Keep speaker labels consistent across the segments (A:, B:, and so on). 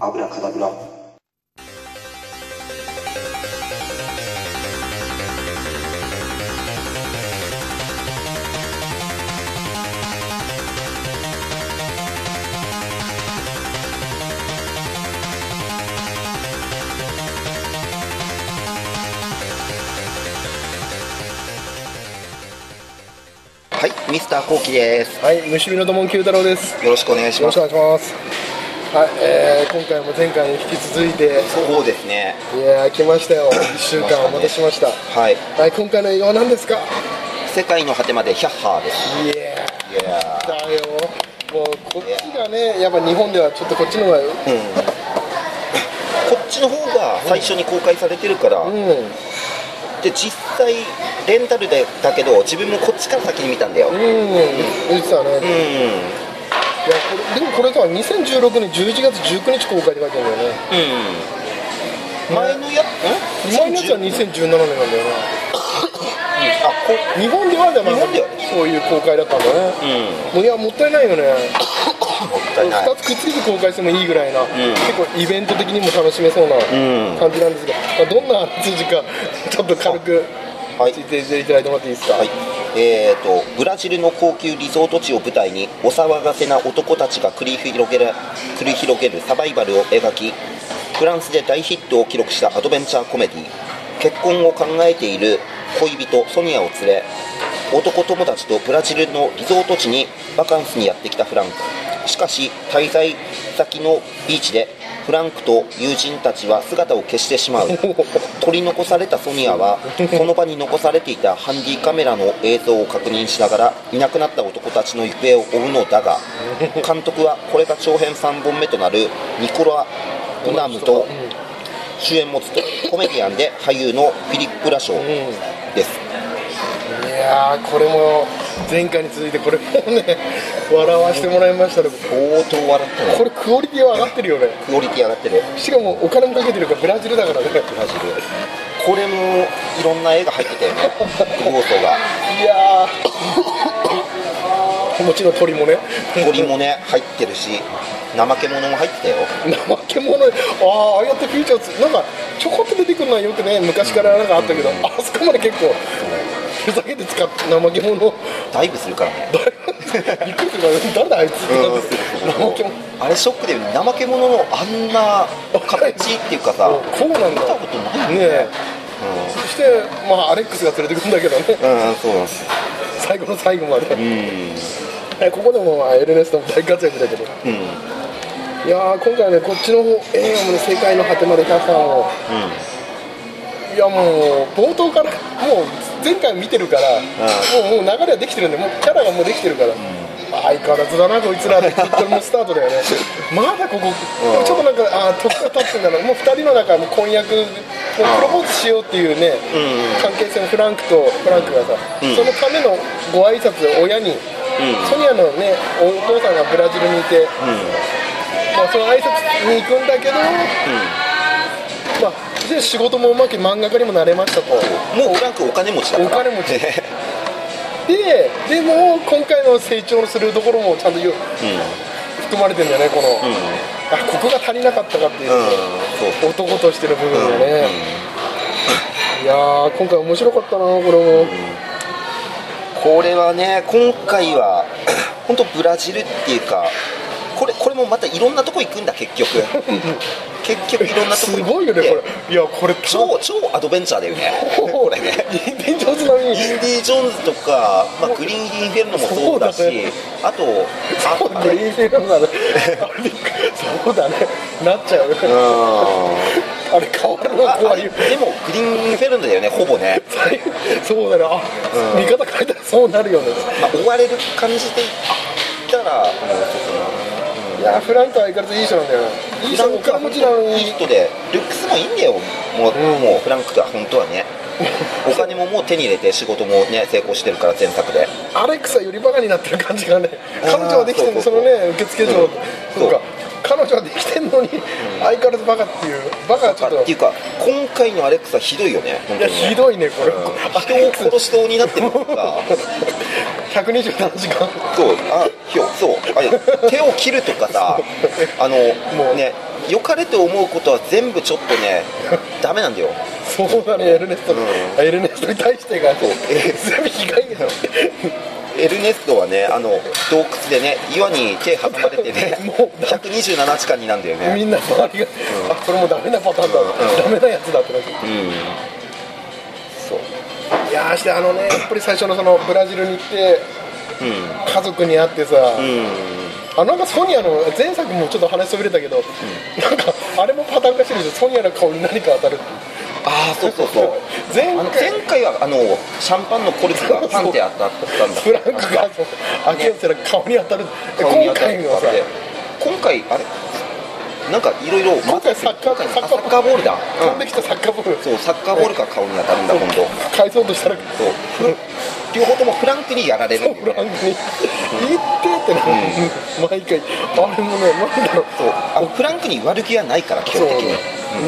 A: アブラカダブラ
B: はい、ミスターコウキです。
C: はい、虫美の土門九太郎です。よ
B: よろしくお願いし
C: ろ
B: ま
C: しく
B: す。
C: お願いします。はい、えー、今回も前回に引き続いて、
B: そうですね。
C: いやー、来ましたよ。1週間お待たせしました。
B: はい、
C: はい、今回の映画は何ですか
B: 世界の果てまでヒャッハーです。
C: いや
B: いや
C: ー、だよ。もう、こっちがね、やっぱ日本ではちょっとこっちの方が、
B: ー、うん。こっちの方が最初に公開されてるから、
C: う
B: で実際レンタルでだけど自分もこっちから先に見たんだよ。うん。
C: ん、うん、言ってたね。いやこれでもこれとは2016年11月19日公開って書いてあるんだよね。
B: うん。前のや、ん？
C: 前のやつ
B: 2010
C: は2017年なんだよね。
B: あこ
C: 日本ではでも、
B: 日本では
C: そういう公開だったんだね。
B: う。うん。も
C: もういや、もったいないよね。
B: ったいない。
C: 2つくっついて公開してもいいぐらいな、結構イベント的にも楽しめそうな
B: うん
C: 感じなんですが、まあ、どんな筋か ちょっと軽く
B: はい
C: 説明していただいてもらっていいですか、
B: はい、えー、とブラジルの高級リゾート地を舞台にお騒がせな男たちが繰り広げる繰り広げるサバイバルを描きフランスで大ヒットを記録したアドベンチャーコメディ結婚を考えている恋人ソニアを連れ男友達とブラジルのリゾート地にバカンスにやってきたフランクしかし滞在先のビーチでフランクと友人たちは姿を消してしまう取り残されたソニアはその場に残されていたハンディカメラの映像を確認しながらいなくなった男たちの行方を追うのだが監督はこれが長編3本目となるニコラ・ブナムと主演も務めコメディアンで俳優のフィリップ・ラショーです
C: いやーこれも前回に続いてこれもね 笑わせてもらいましたけど
B: 相当笑ったね
C: これクオリティは上がってるよね
B: クオリティ上がってる
C: しかもお金もかけてるからブラジルだからね
B: ブラジルこれもいろんな絵が入ってたよね要素が
C: いやー もちろん鳥もね
B: 鳥もね入ってるし怠け者も入ってたよ
C: 怠け者ああああやってフィーチャーつなんかちょこっと出てくるのはよくね昔からなんかあったけど、あそこまで結構ふざけて使って怠け者
B: ダイブするからね
C: 誰びっくりするから誰だあいつってなって怠け者
B: あれショックだよね怠け者のあんな形っていうかさ
C: こうなんだ
B: 見たことない
C: ねえ、そしてまあアレックスが連れてくるんだけどね
B: うんそうなんです
C: 最後の最後まで、
B: うん
C: えここでもまあエルネストも大活躍だけど
B: うん
C: いやー今回ねこっちの方映画もね「世界の果てまで100番」を
B: うん
C: いやもう冒頭からもう前回見てるから、もうもう流れはできてるんでもうキャラがもうできてるから、相変わらずだなこいつらってこれもうスタートだ よねまだここ、でもちょっとなんかあー時が経ってんだなもう2人の中もう婚約もうプロポーズしようっていうね、関係性のフランクとフランクがさ、そのためのご挨拶で親に、ソニアのねお父さんがブラジルにいて、まあ、その挨拶に行くんだけど、まあ、で仕事もうまく漫画家にもなれましたと
B: もうフランクお金持ちだから
C: お金持ち ででも今回の成長するところもちゃんとよ含まれてるんだよねこの、
B: うんうん
C: あここが足りなかったかっていう、
B: そう
C: 男としての部分だよね、いやー今回面白かったなこれも、
B: これはね今回は 本当ブラジルっていうかこれこれもまたいろんなとこ行くんだ結 局結局いろんなとこ行って
C: すごいよねこれいやこれ
B: 超超アドベンチャーだよねこれね
C: インディ・ジョーンズ並みに
B: インディ・ジョーンズとか、まあ、グリーン・インフェルノもそうだし
C: そうだね
B: あと
C: そう
B: ああ
C: グ
B: れ
C: リーンフィールドだねあれそうだねなっちゃう
B: う
C: あれ変わるなん
B: あ
C: 怖
B: あ
C: い
B: れ
C: よ
B: でもグリーン・インフェルノだよねほぼね、
C: そうだねあ、見方変えたらそうなるよね
B: まあ、追われる感じでいったらもう
C: いやフランクは相変わらずいい人なんだよいい人お金持ちなの
B: いい
C: に
B: 人でルックスもいいんだよもう,、
C: うん
B: もうフランクとは本当は ねお金ももう手に入れて仕事もね成功してるから前作で
C: アレクサよりバカになってる感じがね
B: あー
C: 彼女はできてんの
B: そ
C: そう
B: そうそ
C: の
B: う
C: ね受付嬢
B: うん
C: そうか彼女はできてんのに相変わらずバカっていうバカはちょっと
B: っていうか今回のアレックスはひどいよね本
C: い
B: 当
C: や
B: にね
C: ひどいねこれ
B: うん
C: アレック
B: 人を殺しそうになってると か
C: 127時間
B: そうあひょそうあいや手を切るとかさあの
C: もう
B: ね良かれと思うことは全部ちょっとねダメなんだよ
C: そうだねエルネスト、
B: うん
C: あエルネストに対してが
B: そうえ
C: 全部被害だよ
B: エルネストはねあの洞窟でね岩に手運ばれてね
C: もう
B: 127時間になんだよね
C: みんな周りが、あこれもダメなパターンだ、ダメなやつだってなって
B: うんそう
C: いやーしてあの ねやっぱり最初のそのブラジルに行って
B: う
C: 家族に会ってさ、
B: んうん
C: あなんかソニアの前作もちょっと話そびれたけど、なんかあれもパターン化してるでしょソニアの顔に何か当たる
B: ああそうそうそう
C: 前
B: あの
C: 回
B: 前回はあのシャンパンのコルクがパンって当たったんだ
C: フランクがそう秋吉の顔に当たるで
B: 顔に当
C: 今
B: たっ
C: 回のさ
B: て今回あれなんかいろいろ
C: 今回サッカー
B: 今回の
C: サッカ
B: あ
C: ー
B: サッカーボールだ、
C: 飛ん
B: う
C: できたサッカーボール
B: ん、そうサッカーボールが顔に当たるんだ今度
C: 返そうとしたらフ
B: そうふ両方ともフランクにやられるんだよね
C: ランクに「行って」ってなる毎回あれもねなんだろう
B: そうあのフランクに悪気はないから基
C: そ
B: 本
C: う
B: 的に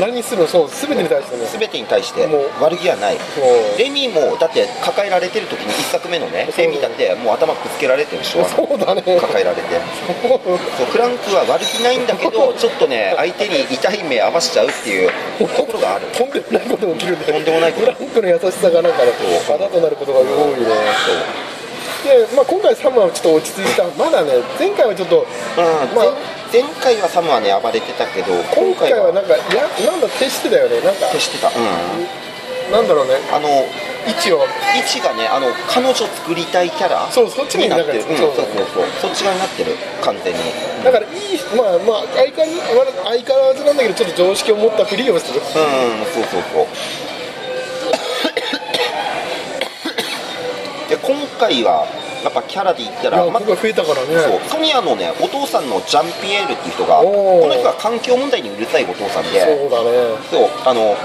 C: 何するのそう全てに対してね
B: 全てに対して
C: もう
B: 悪気はない
C: そう
B: レミもだって抱えられてる時に1作目のね
C: そう
B: レミだってもう頭ぶつけられてるでしょ
C: そうだね
B: 抱えられて
C: そう
B: そうフランクは悪気ないんだけどちょっとね相手に痛い目合わしちゃうっていうところがある
C: とんでもないことが起きるんだよ
B: とんでもないこと
C: フランクの優しさがなんかね
B: そう
C: あだとなることが多いねで、まあ、今回サムはちょっと落ち着いたまだね前回はちょっと
B: まあ、
C: まあ
B: 前前回はサムはね暴れてたけど
C: 今
B: 今
C: 回
B: 回
C: はな
B: は
C: んかいやなんだ手してだよねなんか
B: 消してたうん
C: なんだろうね
B: あの
C: 位置を
B: 位置がねあの彼女作りたいキャラ
C: そうそっちに
B: になってる
C: なん
B: うん
C: か
B: そうそうう
C: そだ
B: そうそっち側になってる完全に
C: だからいいまあまあ相変わらず相変わらずなんだけどちょっと常識を持ったふりをす
B: う
C: る
B: んそうそうそうで今回はやっぱキャラで言った
C: いや
B: ら、ま
C: ここが増えたから
B: そう
C: ね
B: ソニアのねお父さんのジャンピエールっていう人が
C: おー
B: この人は環境問題にうるさいお父さん
C: そう
B: で
C: だね
B: そうあの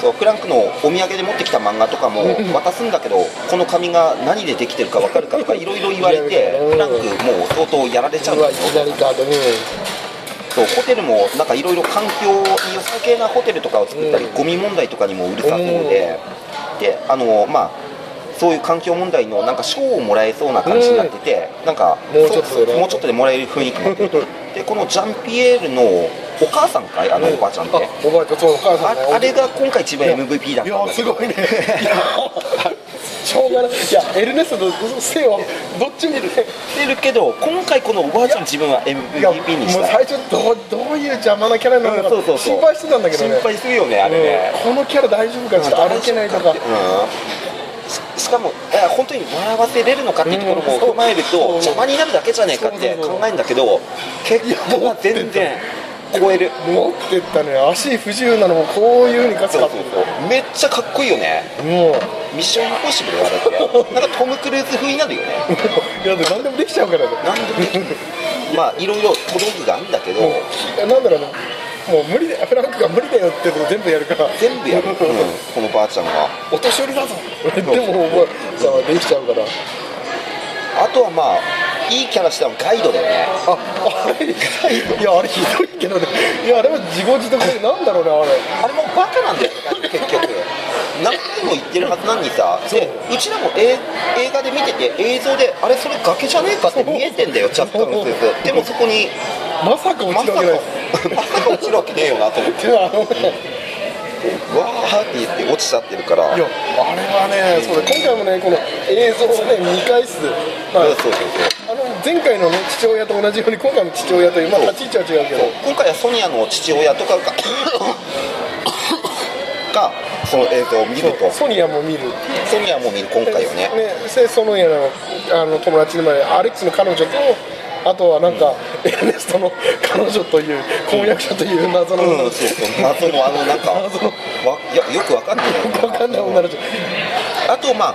B: そうフランクのお土産で持ってきた漫画とか も渡すんだけどこの紙が何でできてるか分かるかとかいろいろ言われて
C: うん
B: フランクもう相当やられちゃうん
C: うわい
B: で
C: き
B: す
C: な
B: よ
C: りかとね
B: そうホテルもなんかいろいろ環境に良さげなホテルとかを作ったり、
C: うん
B: ゴミ問題とかにもうるさそうで、であのまあそういう環境問題のなんか賞をもらえそうな感じになってて、なんか
C: もうちょっと
B: そう
C: ね
B: もうちょっとでもらえる雰囲気にな っててでこのジャンピエールのお母さんかいあのおばあちゃんって、
C: あおばあちゃんそうお母さ
B: あ
C: んね
B: あれが今回一番 MVP だっ
C: い
B: た
C: や
B: んだ
C: す
B: けど
C: ごいねいやしょうがないいやエルネストとセイはどっちもね
B: 知ってるけど今回このおばあちゃん自分はい
C: やも
B: MVP に
C: う
B: した
C: 最初どうどういう邪魔なキャラなのか
B: うんそうそうそう
C: 心配してたんだけどね
B: 心配するよねあれね、
C: うんこのキャラ大丈夫かちょっと歩けないとか
B: うんししかもえ本当に笑わせれるのかっていうところ
C: うんそう
B: も踏まえると
C: そう
B: 邪魔になるだけじゃねえかって
C: そうそうそう
B: 考えるんだけど結果は全然超える
C: 持ってったね足不自由なのもこういう風にガツ
B: そうそう
C: ガツ
B: そうめっちゃかっこいいよね
C: もう
B: ミッションインポッシブルはだってなんかトム・クルーズ風になるよね
C: いやで何でもできちゃうからね
B: なんでもできるまあいろいろ小道具があるんだけど
C: もうなんだろうなもう無理だフランクが無理だよってこと全部やるから
B: 全部やる、うんこのばあちゃんが
C: お年寄りだぞでもおばあちゃんはできちゃうから
B: あとはまあいいキャラしてはガイドだよね
C: あ、あれ、 いや、あれひどいけどね、いや、あれは自業自得で、なんだろうね、
B: あ
C: あれ。
B: れもバカなんだよね結局何回も言ってるはずなのにさでうちらもえ映画で見てて映像であれそれ崖じゃねえかって見えてんだよ
C: そ
B: 若
C: う
B: 干のスーツでもそこに
C: まさか落
B: ま
C: ち
B: さ
C: る
B: か
C: わけない。
B: まさか落ちるわけねえよなと思って
C: であのね、
B: わーって言って落ちちゃってるから
C: いや、あれはね、そうだ、今回もね、この映像をね、見返す。まあ
B: そうそうそう
C: あの、前回のね、父親と同じように、今回の父親という、まあ、
B: そう
C: 立ち位置は違うけど。
B: 今回はソニアの父親とか ががその映像を見ると
C: ソニアも見る。
B: ソニアも見る今回はね
C: でソニアの、あの、友達でもあるアレックスの彼女と。あとはなんか、エルネストの 彼女という婚約者という謎の、
B: うんそうそう謎のあのなんかわ
C: 謎の
B: いやよくわかんないよ
C: わかんない女の人
B: あとまあ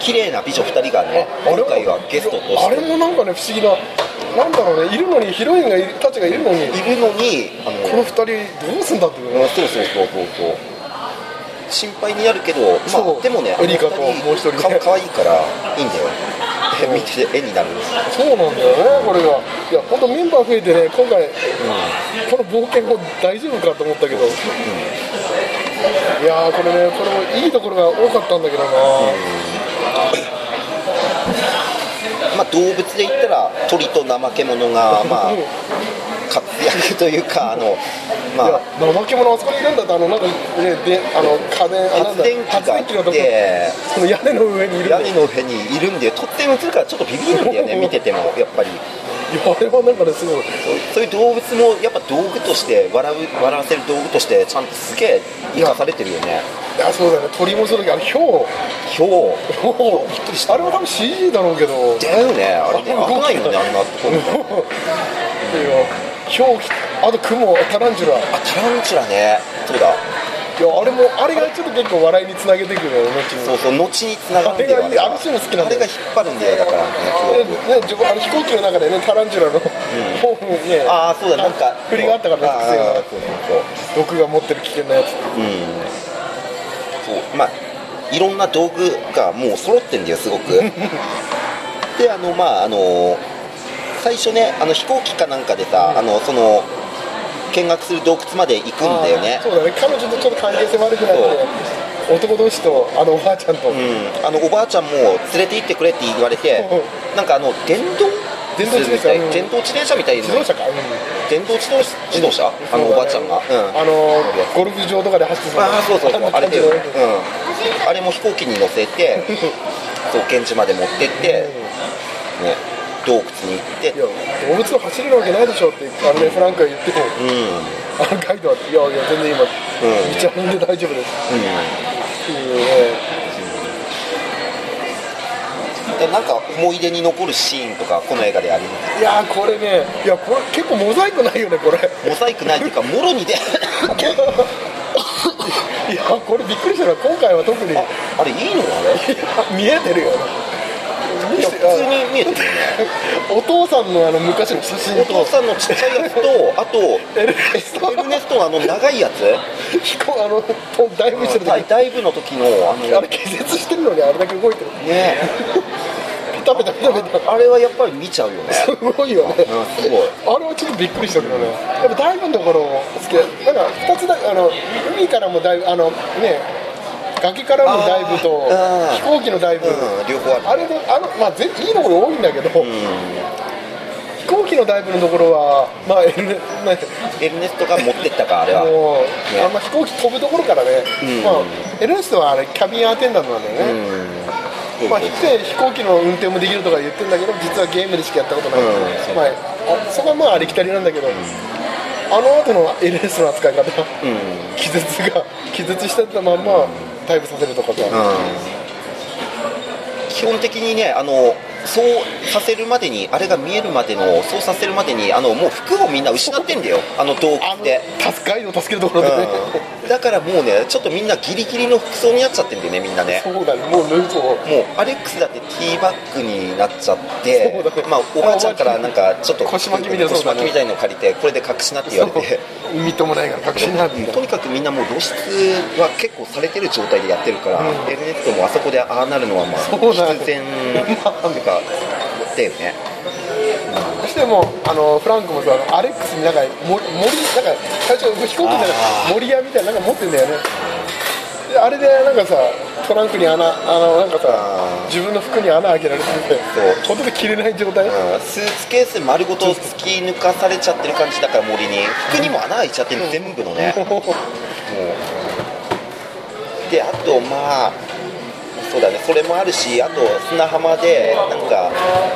B: 綺麗な美女2人がね
C: あ
B: 今
C: れも
B: 回はゲストとし
C: あ
B: て
C: れもなんかね不思議ななんだろうねいるのにヒロインがいるたちがいるのに
B: いるのにあの
C: この二人どうすんだっていうね
B: うんそうそうそうそうそう心配になるけど、ま
C: そ
B: あ、
C: う
B: でもね
C: エリカともう一人ね
B: か可愛いからいいんだよ見てて絵になる
C: そうなんだよねこれがいや本当メンバー増えてね今回この冒険も大丈夫かと思ったけど、いやーこれねこれもいいところが多かったんだけどな、
B: まあ動物で言ったら鳥と怠け者がまあ活躍というか、あのま
C: い
B: あ、
C: や怠け者あそこにいるんだってあのなんかねであの家電あなん
B: 発
C: だ
B: 電機があっ
C: のとこ
B: て、
C: その屋根の上にいるんだ
B: 屋
C: よ
B: 根の上にいるんで、とっても映るから、ちょっとビビるんだよね、 見てても、やっぱり、
C: いやあれはなんかねすごい
B: そうそういう動物も、やっぱ道具として、笑う笑わせる道具として、ちゃんとすげえ生かされてるよね、
C: いやそうだよね鳥もそうだけどあのヒョウ
B: ひょう、
C: びっくりしたあれは多分 CG だろうけど
B: だよね、あれね、危ないよね、あんなところ。
C: ヒョウあとクモタランチュラいや
B: あ、タランチュラね、そうだ、
C: あれもあれがちょっと結構笑いにつなげてくるよね後に
B: そうそう、後に繋がってるよ
C: あれがいいあのシーンも好きなんだよ
B: あれが引っ張るんだよ、だから、ね、すご く。
C: ね、自分あの飛行機の中でね、タランチュラの、ホームにね、
B: ああ、そうだ、なんか、
C: 振りがあったからね、
B: あー
C: 癖
B: そうそう
C: が毒が持ってる危険なやつ、
B: そう、うん、そう、まあ、いろんな道具がもう揃ってんだよ、すごく。 で、あの、まあ、あの、最初ね、あの飛行機かなんかでさ、あの、その。見学する洞窟まで行くんだよね
C: あー。そうだね、彼女とちょっと関係性悪くなって、男同士と、あのおばあちゃんと、
B: うん、あのおばあちゃんも連れて行ってくれって言われて、なんかあの電動
C: 電動自転車
B: みたい
C: うん
B: 電動自転車みたいな
C: 自動車か、うん
B: 電動自動自動車あのおばあちゃんが、うん、
C: あのゴルフ場とかで走って
B: ああそうそうそうあれで、
C: で、
B: うん、あれも飛行機に乗せてそう現地まで持ってって、ね、洞窟に行って
C: いや、動物の走れるわけないでしょって、あのね、フランクが言って も、
B: うん、うん、
C: あのガイドは、いやいや、全然今、道歩んで大丈夫ですっていうね。
B: でなんか思い出に残るシーンとかこの映画であります
C: いやーこれね、いやこれ結構モザイクないよねこれ。
B: モザイクないっていうかもろにで
C: いやこれびっくりしたのは今回は特に
B: ああれいいのあれ
C: 見えてるよね。
B: いや普通に見えてるよね
C: お父さんのあの昔の写真
B: お父
C: と
B: さんのちっちゃいやつと、あと、
C: エルネスト
B: エルネストのあの長いやつ、
C: 飛行あのとダイブしてる時、
B: ダイブの時の、あの、
C: あれ気絶してるのにあれだけ動いてる。
B: ね、
C: ピタピタピタピタ。
B: あれはやっぱり見ちゃうよね。
C: すごいよね。
B: うんすごい
C: あれはちょっとびっくりしたけどね。やっぱダイブのところ好きだ。なんか二つだあの海からもダイブあのね崖からのダイブと
B: あー
C: 飛行機のダイブ。
B: うん、両方あ
C: あ
B: る。
C: れであの、まあ、ぜいいところ多いんだけど、
B: うん、
C: 飛行機のダイブのところは、まあ、エルネね
B: エルネストが持ってったか、あれは。
C: もう、
B: ね
C: あんま飛行機飛ぶところからね、
B: うん
C: まあ、エルネストはあれキャビンアテンダントなんだよ
B: う
C: ね、
B: ん。
C: まあ、来て飛行機の運転もできるとか言ってるんだけど、実はゲームでしかやったことない、
B: うんそう
C: まあ、あそこはまあありきたりなんだけど、あの後のエルネストの扱い方、
B: うん。
C: 気絶が、気絶してたまんま、ダイブさせるとかさ、
B: 基本的にね、あの、そうさせるまでに、あれが見えるまでの、そうさせるまでに、あの、もう服をみんな失ってんだよ、あの洞
C: あ
B: 窟
C: の
B: で。
C: 助ガイドを助けるところでね。
B: うんだからもうね、ちょっとみんなギリギリの服装になっちゃってんだよね、みんなね。
C: そうだね、もう脱ぐぞ
B: もうアレックスだってティーバッグになっちゃって
C: そうだね、
B: まあ、おばあちゃんからなんかちょっと
C: 腰巻きみたいな
B: 腰巻きみたいの借りて、これで隠しなって言われて、
C: みっともないから確信なんみたい
B: とにかくみんなもう露出は結構されてる状態でやってるから、エルネットもあそこでああなるのはまあ
C: そうだね
B: 必然というか、だよね。
C: そしてもうあのフランクもさアレックスになんか森森なんか最初飛行機の中で
B: あー
C: 森屋みたいななんか持ってんだよねであれでなんかさトランクに穴あのなんか
B: あ
C: さ自分の服に穴開けられてて
B: そ
C: ほとんど着れない状態、
B: うんスーツケース丸ごと突き抜かされちゃってる感じだから森に服にも穴開いちゃってる全部のね
C: も
B: であとまあそうだねそれもあるしあと砂浜でなんか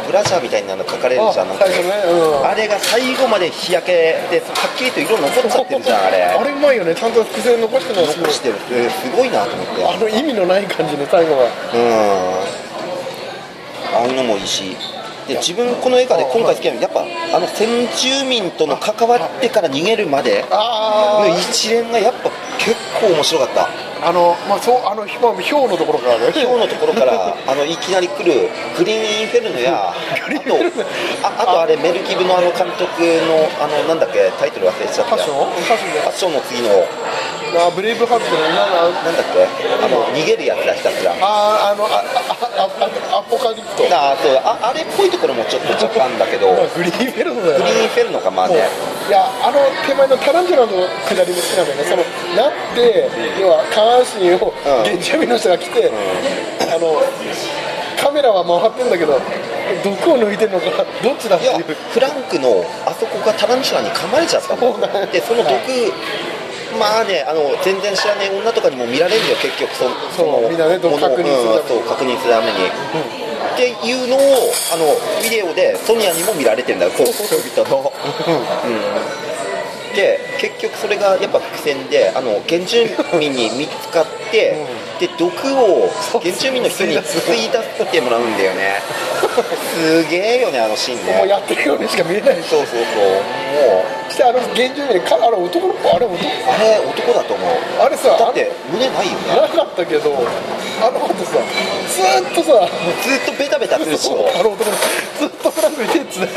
B: ブラジャーみたいなの書かれる
C: う
B: じゃんなん
C: あ
B: か
C: 最初ね、うん、
B: あれが最後まで日焼けではっきりと色残っちゃってるじゃんあれ
C: あれうまいよねちゃんと伏線残してるのがすご
B: 残
C: い
B: してるうんすごいなと思って
C: あの意味のない感じね最後は
B: うんああいうのもいいしで自分この映画で今回好きなのはやっぱあの先住民との関わってから逃げるまで
C: あ
B: の一連がやっぱ結構面白かった
C: ああのまあそうあのひまあひょうのところからね
B: 今日のところ からあのいきなり来るグリーンインフェルノやあとああとあれメルキブのあの監督のあのなんだっけタイトル忘れちゃっ
C: ファ
B: た
C: ッション
B: よ
C: ファッションで
B: ファッションの次の
C: あブレイブハーツのなんか
B: なんだっけあの逃げるやつだひたすらあ
C: あーあのああああアポカリプト
B: あそうああれっぽいところもちょっと若干だけどグ
C: グリーンフェルトだよ
B: リーンインフェルノがまあ
C: もう
B: ね
C: いやあの手前のタランチュラの下りも好きなんだよねそのなって要は下半身を
B: ん
C: 現地民の人が来て、あのカメラは回ってんだけど毒を抜いてるのかどっちだっ
B: い
C: て
B: や
C: いう
B: フランクのあそこがタランチュラに噛まれちゃった
C: そうなん
B: の
C: だ
B: でその毒、
C: は
B: まあねあの全然知らない女とかにも見られるんだよ結局そ
C: そ
B: の
C: うみんなね毒
B: ものを
C: 確認する
B: うんそう確認するために、っていうのをあのビデオでソニアにも見られてんだよ 高校人の、うん、で結局それがやっぱ伏線であの原住民に見つかって、で毒を原住民の人に吸い出してもらうんだよねすげえよねあのシーンね
C: もうやってるようにしか見えないし
B: そうそうそうもう
C: そしてあの現住民かあれ男の子あれ男
B: あれ男だと思う
C: あれさ
B: だって胸ないよ
C: な
B: ね
C: かったけどあの後さずーっとさ
B: ずっとベタベタするでしょ
C: あの男の子ずっとフランクに手つない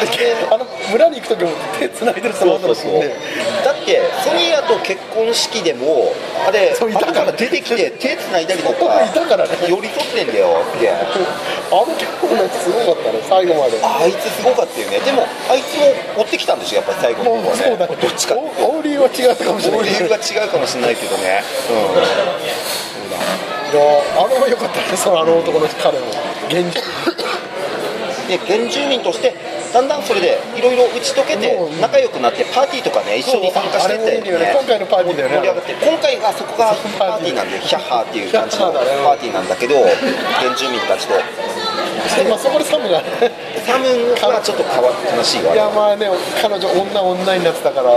B: あれ
C: あの村に行く時も手つないでるその後のシーンで
B: だってソニアと結婚式でもあれ
C: そういたか
B: 後か
C: ら
B: ら出てき て手繋いだりとか
C: いたからね
B: 寄り添ってんだよって
C: あの結構ねすごかったね最後まで
B: あいつすごかったよねでもあいつも追ってきたんでしょやっぱり最後の
C: も
B: 方
C: う
B: は
C: そう
B: ね
C: だね
B: どっちかっていうと
C: お理由は違ったかもしれない
B: 理
C: け
B: 由
C: ど
B: が違うかもしれないけどね、うん
C: いやあれは良かったねそのあの男の彼も現実
B: で原住民としてだんだんそれでいろいろ打ち解けて
C: もう
B: 仲良くなってパーティーとかね一緒に参加して
C: あれ
B: っ
C: もい
B: て、
C: いよね
B: ね、
C: 今回のパーティーだよね
B: 盛り上がって今回がそこが
C: そこ
B: パ
C: パ
B: ー
C: ー
B: ティ
C: ティ
B: ーな
C: ー
B: んでヒャッハーっていう感じの
C: ヒャ
B: パ
C: ッハーだね
B: ーティーなんだけど原住民たちと
C: まあそこでサムがね
B: サムがちょっと変わ悲しい
C: いや
B: わ
C: まあね彼女女女になってたから、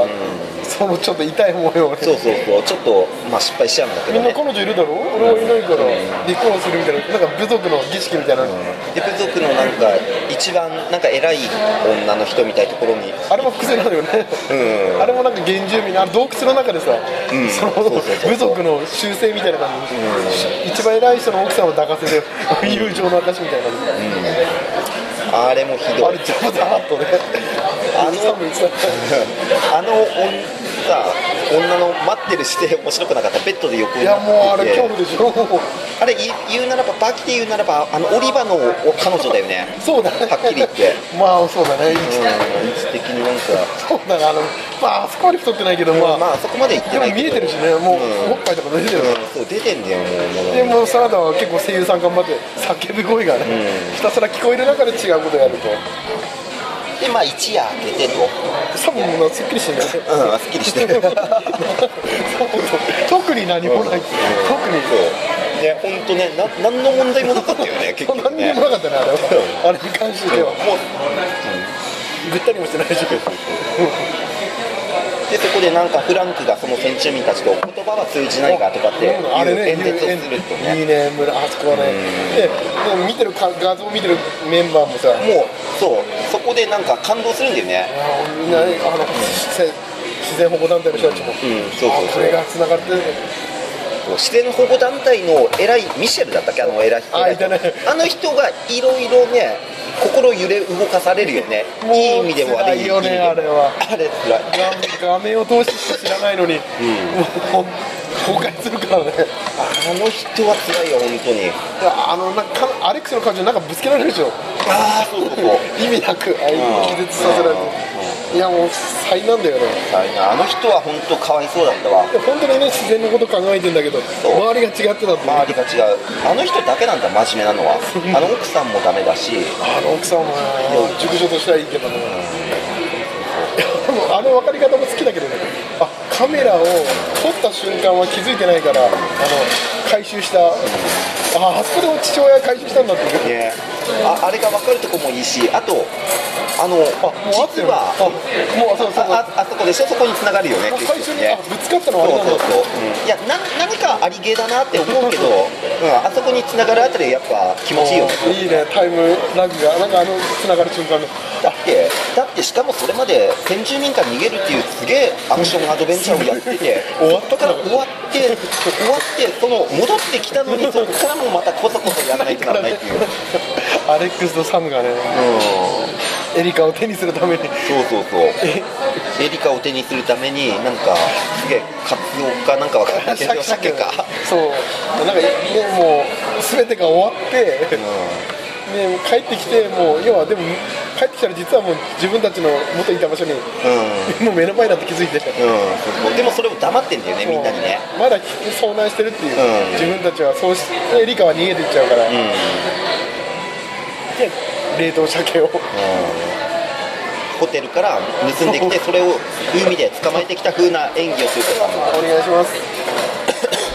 C: そのちょっと痛い思いをね
B: そうそうそうちょっとまあ失敗しちゃうんだけ
C: み
B: ど
C: んな
B: ね
C: 彼女いるだろ俺はいないから離婚するみたいななんか部族の儀式みたいな、
B: で部族のなんか一番なんか偉い女の人みたいなところに
C: あれも伏線なのよね、あれもなんか原住民のあの洞窟の中でさ、その
B: そうそうそう
C: 部族の習性みたいな感じ、一番偉い人の奥さんを抱かせて友情の証みたいな感じ、
B: あれもひど
C: あ
B: い
C: れ邪魔だなとね
B: あの
C: サム言ってた
B: あの女女の待ってる姿勢面白くなかったベッドで横に
C: い
B: な
C: や
B: っていて
C: もうあれ恐怖でしょもう
B: あれい言うならばバキで言うならばあのオリバの彼女だよね
C: そうだね
B: はっきり言って
C: まあそうだね、
B: うん位置的になんか
C: そうだねあのまああそこまで太ってないけどまあ、
B: まああそこまで行って
C: で
B: な
C: も
B: いけど
C: 見えてるしね、もう、おっぱいとか出てる、
B: うんそう出てんだよもうもう
C: でもうサラダは結構声優さん頑張って、叫び声がね、ひたすら聞こえる中で違うことやると、
B: でまあ一夜明けてと
C: サムもすっきりしてるね。
B: うんすっきり してるそう
C: 特に何もない、特に、
B: ね本当ねな何の問題もなかったよ ね結局
C: 何に
B: ね
C: もなかったね、あれは、あれに関しては、
B: もう
C: ぐったりもしてない し、
B: でそこでなんかフランクがその先住民たちと言葉は通じないがとかっていう
C: あれ
B: 演
C: ね、
B: 説をするとね
C: いいね、村あそこはね、で、もう見てるか画像見てるメンバーもさ、
B: もうそうそこでなんか感動するんだよね
C: みんなあのせ自然保護団体の人たちも、
B: んそうそうそう
C: あこれがつながってる
B: 自然保護団体の偉いミシェルだったっけあの偉い人
C: あいたね
B: あの人がいろいろね心揺れ動かされるよね
C: もう
B: いい意味でも悪い意味でも
C: 辛いよねあれは
B: あれ辛い
C: 画画面を通して知らないのに、もうほん崩壊するからね
B: あの人は辛いよ本当に
C: いやあのなんかかアレックスの感情なんかぶつけられるでしょ
B: ああそうそうそう
C: 意味なくああいう気絶させられていやもう災難だよね
B: 辛いなあの人は本当かわいそうだったわ
C: いや本当にね自然のこと考えてんだけど
B: そう
C: 周りが違ってたっていう
B: 周りが違うあの人だけなんだ真面目な のはあの奥さんもダメだし
C: あの奥さんは熟女としてはいいけどねでもあの分かり方も好きだけどねあカメラを撮った瞬間は気づいてないからあの回収したああそこでも父親が回収したんだっていう
B: ねああれが分かるとこもいいしあとあの
C: あもう合って
B: 実
C: る
B: は
C: あもうそうそう
B: あああそこでしょそこに繋がるよね
C: もう
B: 結
C: 最
B: 局
C: 初にあ
B: ね
C: ぶつかった
B: そ
C: のは
B: う
C: あれ
B: そう
C: なんだ
B: そう、いやな何かありげだなって思うけど、うん、あそこに繋がるあたりやっぱ気持ちいいよね
C: いいねタイムラグがなんかあのつながる瞬間の
B: だってだってしかもそれまで先住民から逃げるっていうすげえアクションアドベンチャーをやってて
C: 終わった
B: そこ
C: か
B: から
C: ら
B: 終わって終わってその戻ってきたのにそこからもまたこそこそやらないとならないっていう、うん、
C: アレックスとサムがねエリカを手にするために
B: そうそうそうエリカを手にするためになんかすげえカツオかなんかわかん ないけど鮭か
C: そうなんかねもう全てが終わって、ね、帰ってきてもう要はでも帰ってきたら実はもう自分たちの元いた場所に、
B: うん
C: もう目の前だって気づいて、
B: うん、でもそれを黙ってんだよねみんなにね
C: まだ遭難してるっていう、
B: うん
C: 自分たちはそうしてリカは逃げていっちゃうから、で冷凍鮭を
B: ホテルから盗んで きてそれを海で捕まえてきた風な演技をするとかも
C: お願いします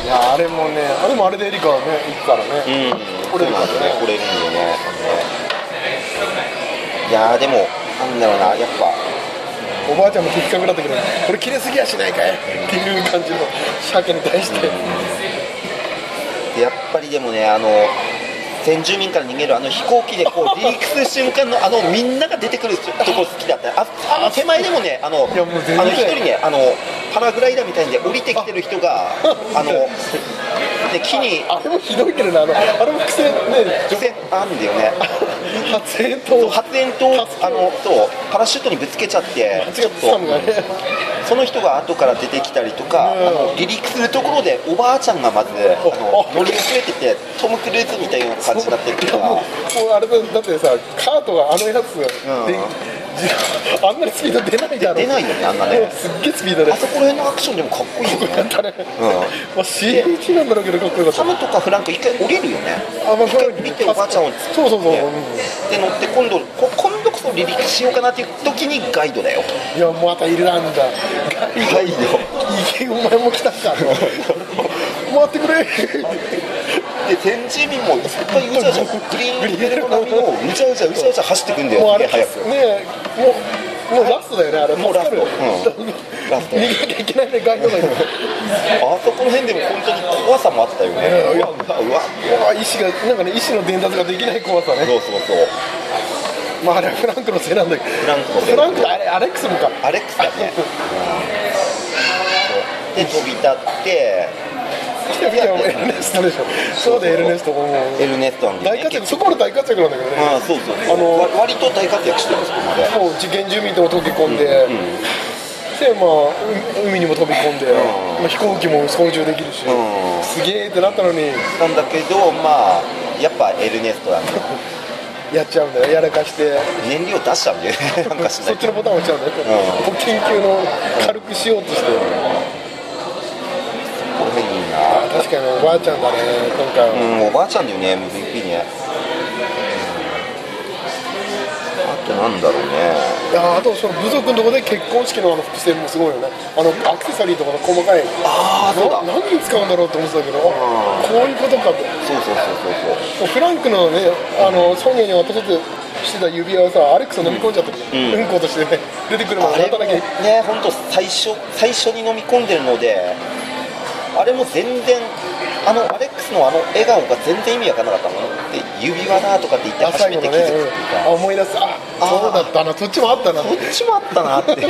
C: いやあれもねあれもあれでエリカはね行くか
B: う
C: らね、
B: ん
C: これるからね
B: そうなんだよねこれるんだよねいやーでもなんだろうなやっぱ
C: おばあちゃんも的確だったけどこれ切れすぎやしないかいっていう感じの鮭に対して、
B: でやっぱりでもねあの先住民から逃げるあの飛行機で こう離陸する瞬間のあのみんなが出てくるとこ好きだったああ手前でもねあの
C: いやもう全然
B: あの一人ねあのパラグライダーみたいんで降りてきてる人があ の、ね、木に
C: あれもひどいけどなあのあれも癖ね
B: 女性あるんだよね
C: 発煙
B: そう
C: 筒
B: 発煙筒をあのそうパラシュートにぶつけちゃって
C: 違ってたのがね
B: その人が後から出てきたりとか、
C: うん
B: あの離陸するところでおばあちゃんがまずあの
C: お
B: 乗り遅れててトム・クルーズみたいな感じになってるか
C: いやもうも
B: ら。
C: うあれだだってさカートがあのやつ
B: う
C: が、
B: ん
C: でじあんなにスピード出ないだろ
B: 出ないよねあんなね
C: もうすっげえスピードで
B: あそこら辺のアクションでもかっこいいよ
C: やっ
B: ね。
C: たね、
B: うん
C: まあ、CH なんだろうけどかっこよかった
B: サムとかフランク一回降りるよね。
C: あまあそれ
B: 見ておばあちゃんを
C: そうそうそう、
B: ね
C: うん
B: で乗って今度こ今度こそ離陸しようかなっていう時にガイドだよ。
C: いやまたいるなんだ
B: ガイド。
C: いけお前も来たかと回ってくれ
B: で天神民もいっぱいうじゃうじゃ グリーンベルの波もうじゃうじゃうじゃうじゃ走ってくんだ
C: もう
B: よ。すげ
C: あれ
B: え早く。
C: ねえもうもうラストだよねあれ
B: もうラスト
C: 助かる
B: ラスト
C: 逃げなきゃいけないねガイドがいる
B: あそこら辺でも本当に怖さもあったよね。
C: うん
B: うわうわうわ。
C: うわ意志がなんかね意志の伝達ができない怖さね
B: そうそうそう。
C: まああれはフランクのせいなんだけど
B: フランクのせい
C: フランクとあれアレックスもか
B: アレックスだね。で飛び立って
C: 来てみてよエルネストでしょそうだよエルネストもう
B: エルネストなんで、
C: 大
B: ね、
C: 活躍そこも大活躍なんだけどね
B: ああそうそう
C: あの
B: わ割と大活躍してるんですここまで
C: もう受験住民とも溶け込んで、でまあう海にも飛び込んで、
B: ん
C: まあ、飛行機も操縦できるし、
B: うん
C: すげえってなったのに
B: なんだけどまあやっぱエルネストなんだよ
C: やっちゃうんだよやらかして
B: 燃料出しちゃうんだよねなんかしな
C: そ
B: い
C: っちのボタン押しちゃうんだよ、
B: う
C: 緊急の軽くしようとして、
B: いいな
C: 確かにおばあちゃんだね今回は、
B: うんおばあちゃんだよね MVP ねあとなんだろうね
C: いやあとその部族のとこで結婚式のあの伏線もすごいよねあのアクセサリーとかの細かい
B: ああそうだ
C: な何に使うんだろうって思ってたけど、あこういうことかと
B: そうそうそうそう
C: もうフランクのね、あのソニアに渡そうとしてた指輪をさ、アレックス飲み込んじゃったけど、
B: う
C: うんん、ことしてね、出てくるま
B: そうあ
C: で
B: れ
C: 待
B: も
C: たなきゃいけない
B: ね本当最初最初に飲み込んでるのであれも全然あのアレックスのあの笑顔が全然意味わからなかったもんで指輪だとかって言って
C: あ
B: 初
C: 最
B: め
C: 後
B: て
C: の
B: 気
C: ね
B: づくっていう
C: うんあ、
B: か、
C: 思い出す、あ
B: あー
C: そうだったな、そっちもあったな、
B: こっちもあったなって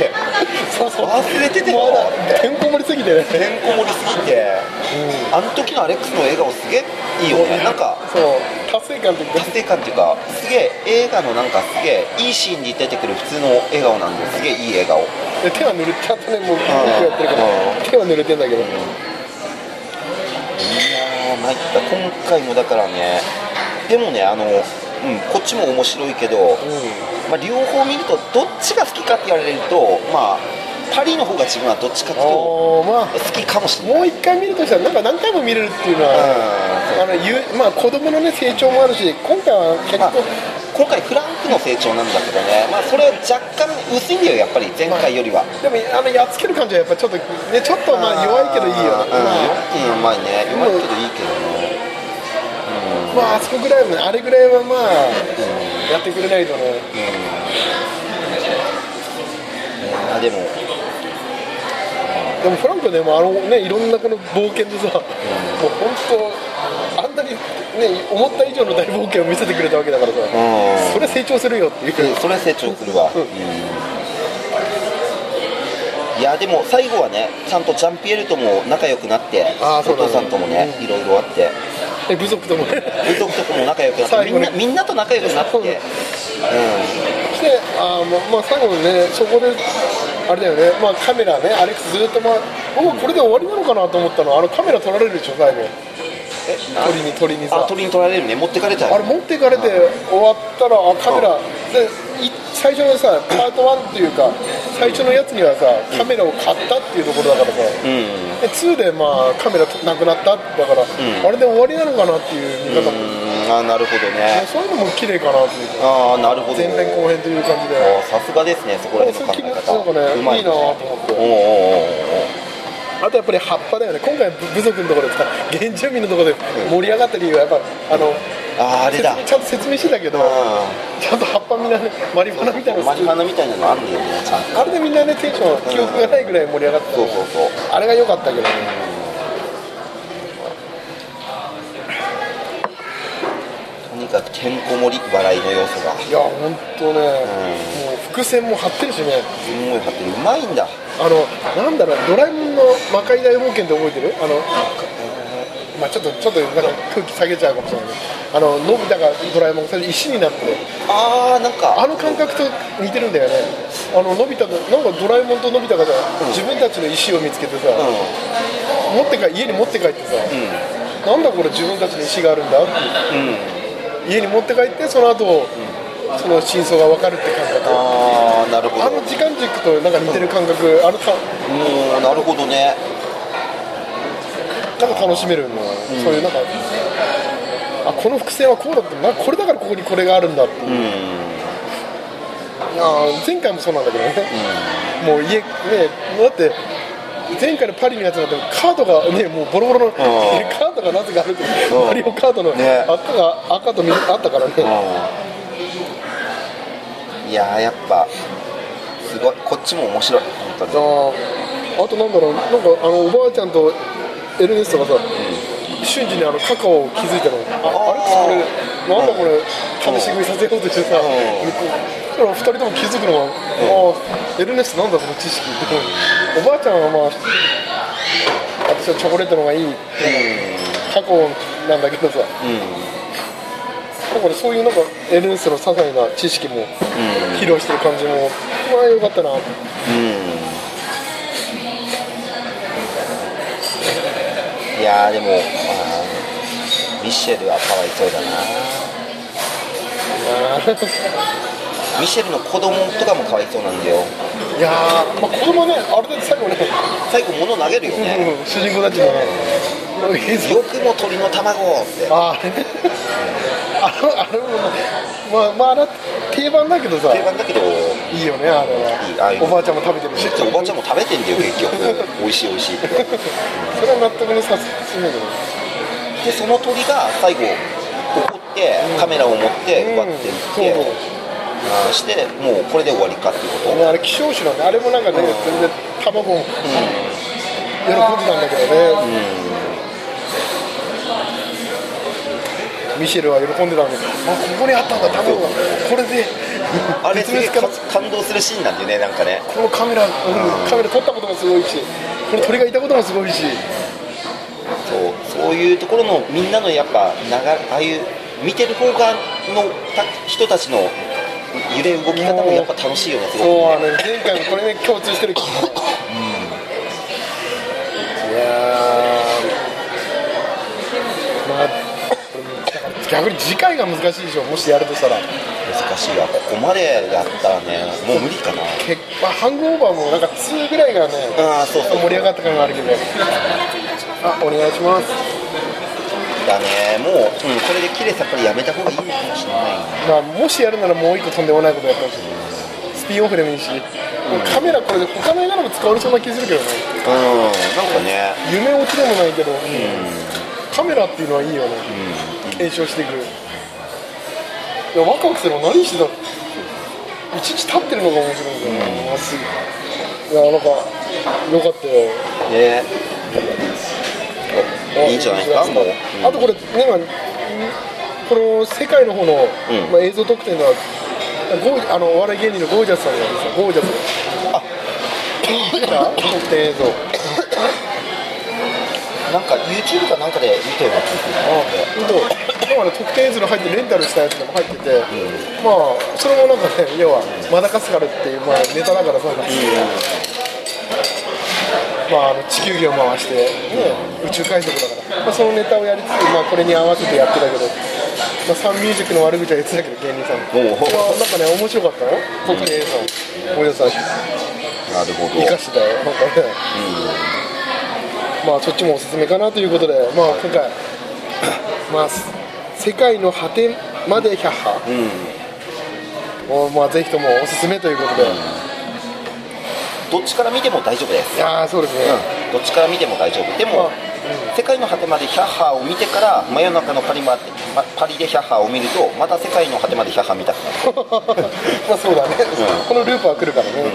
C: そうそう
B: 忘れてて
C: も
B: も
C: うまだ、てんこ盛りすぎてね、
B: てんこ盛りすぎて、あの時のアレックスの笑顔すげえいいよねなんか
C: そう、達成感というか、
B: 達成感っていうかすげえ映画のなんかすげえいいシーンに出てくる普通の笑顔なんですげえいい笑顔
C: 手は濡れちゃったね、もう、よくやってるか
B: う、
C: ら手は濡れてんだけど、
B: いやー参った今回もだからねでもねあの、うん、こっちも面白いけど、まあ、両方見るとどっちが好きかって言われるとまあパリの方が自分はどっちかっていうと
C: おーまあ
B: 好、きかもしれない
C: もう一回見るとしたら、なんか何回も見れるっていうのは、
B: うん
C: あのゆまあ、子供のね、成長もあるし、今回は結
B: まあ
C: 構。
B: 今回フランクの成長なんだけどね、まあ、それは若干薄いんだよやっぱり前回よりは、
C: でもあのやっつける感じはやっぱちょっとねちょっとまあ弱いけどいいよ
B: うん
C: ね、
B: うん、弱いね弱いけどいいけどね
C: まあ、まああそこぐらいはねあれぐらいはまあやってくれないとね
B: あでも
C: でもフランクねもうあのねいろんなこの冒険でさ、もう本当あんなにね思った以上の大冒険を見せてくれたわけだからさ、
B: ん
C: それ成長するよっていう、
B: うんそれは成長するわ、
C: うん
B: いやでも最後はねちゃんとジャンピエールとも仲良くなってお
C: あーそうだね
B: 父さんともね、いろいろあって
C: え部族ともね
B: 部族とかも仲良くなって
C: 最
B: み
C: 後
B: ん
C: ね
B: なみんなと仲良くなって、
C: そう
B: うん
C: ね、してあーまあ、まあ、最後のねそこであれだよね、まあ、カメラねアレックスずっとまあおこれで終わりなのかなと思ったのあのカメラ撮られるでしょ最後鳥に鳥にさ
B: あ鳥に取られるね持ってかれちゃ
C: あ
B: う
C: れ持っていかれて終わったらあカメラでい最初のさパート1っていうか最初のやつにはさカメラを買ったっていうところだからさ
B: うん
C: で2でまあカメラなくなっただから、あれで終わりなのかなっていう見方も
B: んあーなるほどね
C: そういうのも綺麗かなというか
B: ああなるほど
C: 前編後編という感じで
B: あーさすがですねそこら辺の考え方
C: そうそうなんかね
B: まい
C: いいなと思っ
B: お
C: て
B: ーお
C: あとやっぱり葉っぱだよね今回部部族のところでさ原住民のところで盛り上がった理由はやっぱあの
B: ーおーおーあーあれだ
C: 説ちゃんと説明してたけど
B: あ
C: ちゃんと葉っぱみんなねマリファナみたいな
B: ー
C: の
B: マリファナみたいなのあるんだよねちゃんと
C: あれでみんなねテンション記憶がないぐらい盛り上がってた
B: そうそうそう
C: あれが良かったけどね
B: とにかくてんこ盛り笑いの要素が
C: いや本当ねもう伏線も張ってるしね
B: すんごい張ってるうまいんだ
C: あのなんだろうドラえもんの魔界大冒険って覚えてるあのまあちょっとちょっとなんか空気下げちゃうかもしれないけどあののび太がドラえもんが最初石になって
B: ああなんか
C: あの感覚と似てるんだよねあののび太のなんかドラえもんとのび太がさ、自分たちの石を見つけてさ、
B: うん
C: 持ってか家に持って帰ってさ、なんだこれ自分たちの石があるんだって
B: うん
C: 家に持って帰ってその後、その真相が分かるって感覚
B: ああなるほど
C: あの時間軸となんか似てる感覚、あのた
B: もうなるほどね
C: なんか楽しめるの、そういうなんかあこの伏線はこうだったなこれだからここにこれがあるんだっていう、あー前回もそうなんだけどね、もう家ねだって前回のパリのやつなんてカードがねもうボロボロの、え カードがなぜかあるって
B: うん
C: マリオカードの赤
B: ね
C: が赤と緑あったからね、
B: いやーやっぱすごいこっちも面白い本当に
C: あーあとなんだろうなんかあのおばあちゃんとエルネストがさ、瞬時にあのカカオを気づいたのああれこれなんだこれ試し食いさせようとしてさ、
B: ん
C: だから2人とも気づくのは、あーエルネストなんだこの知識 っておばあちゃんはまあ私はチョコレートの方がいいってカカオなんだけどさ、だからそういうなんかエルネストの些細な知識も披露してる感じも、まあよかったなって
B: いやーでもあーミシェルはかわいそうだなミシェルの子供とかもかわいそうなんだよ
C: いやー、まあ、子供はね、あれだけ最後ね、
B: 最後物投げるよね
C: うん主人公たちがね、映像
B: よくも鳥の卵って
C: あーあれ、あれもまあ、まあ、あれは定番だけどさ、
B: 定番だけど
C: いいよね、あれ
B: いいああ
C: は
B: いう。の
C: おばあちゃんも食べてるし、
B: おばちゃんも食べてんだよ結局美味しい美味しいって
C: それは納得のさすんだけど、
B: でその鳥が最後怒ってカメラを持って奪っていって、
C: うんそう
B: あーしてもうこれで終わりかっていうこと
C: そう、あれ、希少種なんで、あれもなんかね、全然卵も喜んでたんだけどね。ミシェルは喜んでたんで、あここにあったんだ、卵が、これで、
B: あれす
C: 絶
B: げえ
C: 滅から
B: 感動するシーンなんでねなんかね
C: このカメラ、うん、カメラ撮ったこともすごいし、この鳥がいたこともすごいし、
B: そうそういうところのみんなのやっぱながああいう見てる方がのた人たちの揺れ動き方もやっぱ楽しいよねすごく
C: そうあ
B: ね
C: の前回もこれね共通してるけど、いやー、まあ、これ逆に次回が難しいでしょ、もしやるとしたら、
B: 難しいわここまでやったらねもう無理かな
C: 結まあ、ハングオーバーもなんか2ぐらいがね、
B: あーそうそう
C: 盛り上がった感があるけど、あお願いします。
B: だねもう、うん、これで綺麗さっぱりやめた方がいいのかもしれないね
C: まあ、もしやるならもう一個とんでもないことやってほしいスピンオフでもいいし、カメラこれで他の映画でも使われそうな気するけどね
B: うんなんかね
C: 夢落ちでもないけど、カメラっていうのはいいよね、検証していくいやワクワクするの何してたのいちいち立ってるのが面白いんだよね、まっすぐいやなんかよかったよ
B: ねいいんじゃないですかもう、
C: あとこれね、まあんこの世界の方の、
B: うん
C: まあ、映像特典がゴーあのお笑い芸人のゴージャスさんなんですよゴージャス あ特典映像
B: なんか YouTube かなんかで見てるな気が
C: あそう要はね特典映像の入ってレンタルしたやつでも入ってて、まあそれもなんかね要はマダガスカルっていう、まあ、ネタだからさ、まあ、あの地球儀を回して、ね、宇宙海賊だから、まあ、そのネタをやりつつ、まあ、これに合わせてやってたけど、まあ、サンミュージックの悪口は言ってたけど芸人さん
B: おお
C: まあ、なんかね面白かったよ特典映像森田さん
B: なるほど
C: 生かしてたよなんかね、まあそっちもおすすめかなということでまあ今回まあ世界の果てまで百波
B: うん
C: を、まあ、ぜひともおすすめということで、
B: どっちから見ても大丈夫です
C: いやーそうですね、
B: どっちから見ても大丈夫でも、世界の果てまでヒャッハーを見てから真夜中のパリまでまパリでヒャッハーを見るとまた世界の果てまでヒャッハー見たくなる
C: まあそうだね、このループは来るからね、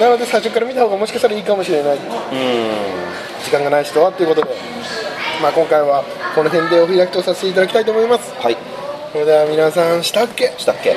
C: なので最初から見た方がもしかしたらいいかもしれない時間がない人はということで、まあ、今回はこの辺でお開きとさせていただきたいと思います
B: はい
C: それでは皆さんしたっけ
B: したっけ